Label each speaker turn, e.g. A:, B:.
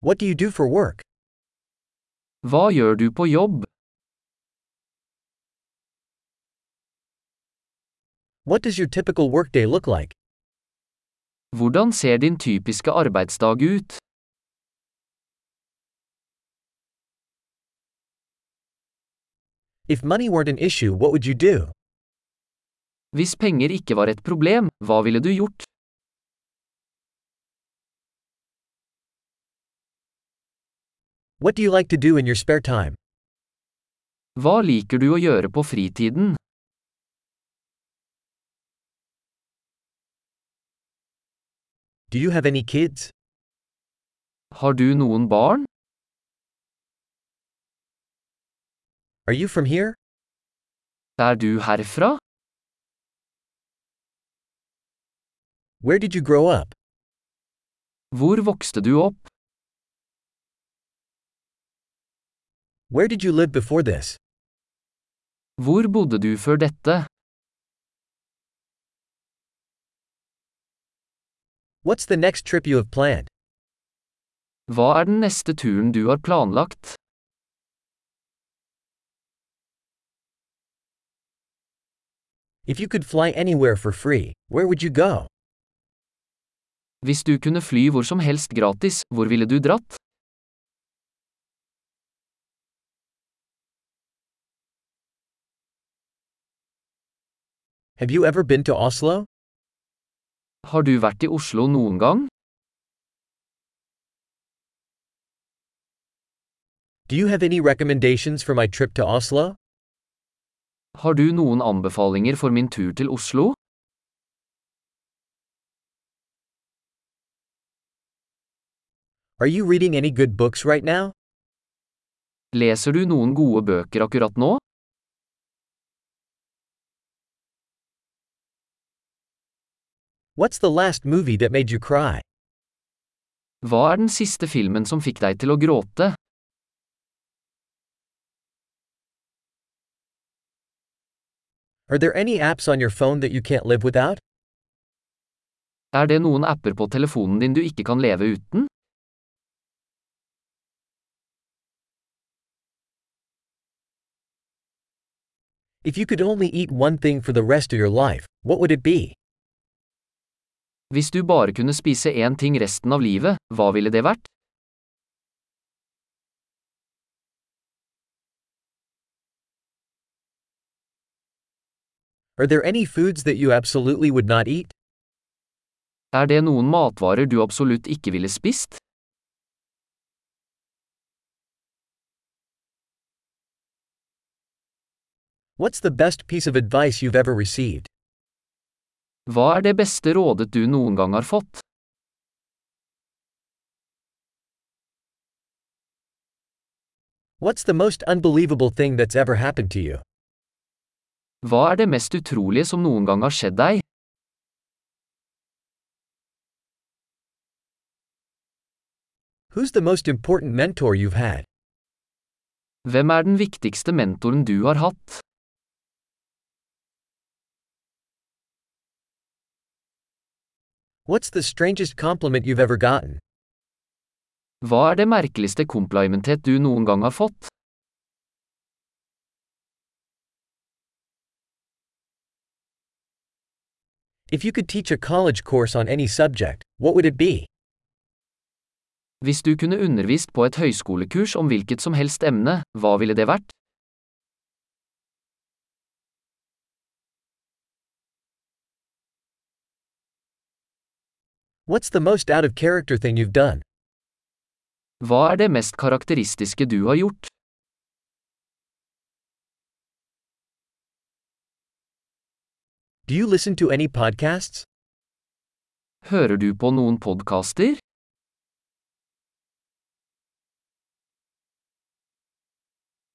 A: What do you do for work?
B: Hva gjør du på jobb?
A: What does your typical workday look like?
B: Hvordan ser din typiske arbeidsdag ut?
A: If money weren't an issue, what would you do?
B: Hvis penger ikke var et problem, hva ville du gjort?
A: What do you like to do in your spare time?
B: Hva liker du å gjøre på fritiden?
A: Do you have any kids?
B: Har du noen barn?
A: Are you from here?
B: Er du herfra?
A: Where did you grow up?
B: Hvor vokste du opp?
A: Where did you live before this?
B: Hvor bodde du før dette?
A: What's the next trip you have planned?
B: Hva er den neste turen du har planlagt?
A: If you could fly anywhere for free, where would you go?
B: Hvis du kunne fly hvor som helst gratis, hvor ville du dratt?
A: Have you ever been to Oslo?
B: Har du vært i Oslo noen gang?
A: Do you have any recommendations for my trip to Oslo?
B: Har du noen anbefalinger for min tur til Oslo?
A: Are you reading any good books right now?
B: Leser du noen gode bøker akkurat nå?
A: What's the last movie that made you cry?
B: Hva er den siste filmen som fikk deg til å gråte?
A: Are there any apps on your phone that you can't live without?
B: Er det noen apper på telefonen din du ikke kan leve uten?
A: If you could only eat one thing for the rest of your life, what would it be?
B: Hvis du bare kunne spise én ting resten av livet, hva ville det vært?
A: Are there any foods that you absolutely would not eat?
B: Er det noen matvarer du absolutt ikke ville spist?
A: What's the best piece of advice you've ever received?
B: Hva er det beste rådet du noen gang har fått?
A: What's the most unbelievable thing that's ever happened to you?
B: Hva er det mest utrolige som noen gang har skjedd deg?
A: Who's the most important mentor you've had?
B: Hvem er den viktigste mentoren du har hatt?
A: What's the strangest compliment you've ever gotten?
B: Hva er det merkeligste komplimentet du noen gang har fått?
A: If you could teach a college course on any subject, what would it be?
B: Hvis du kunne undervist på et høyskolekurs om hvilket som helst emne, hva ville det vært?
A: What's the most out of character thing you've done?
B: Hva er det mest karakteristiske du har gjort?
A: Do you listen to any podcasts?
B: Hører du på noen podkaster?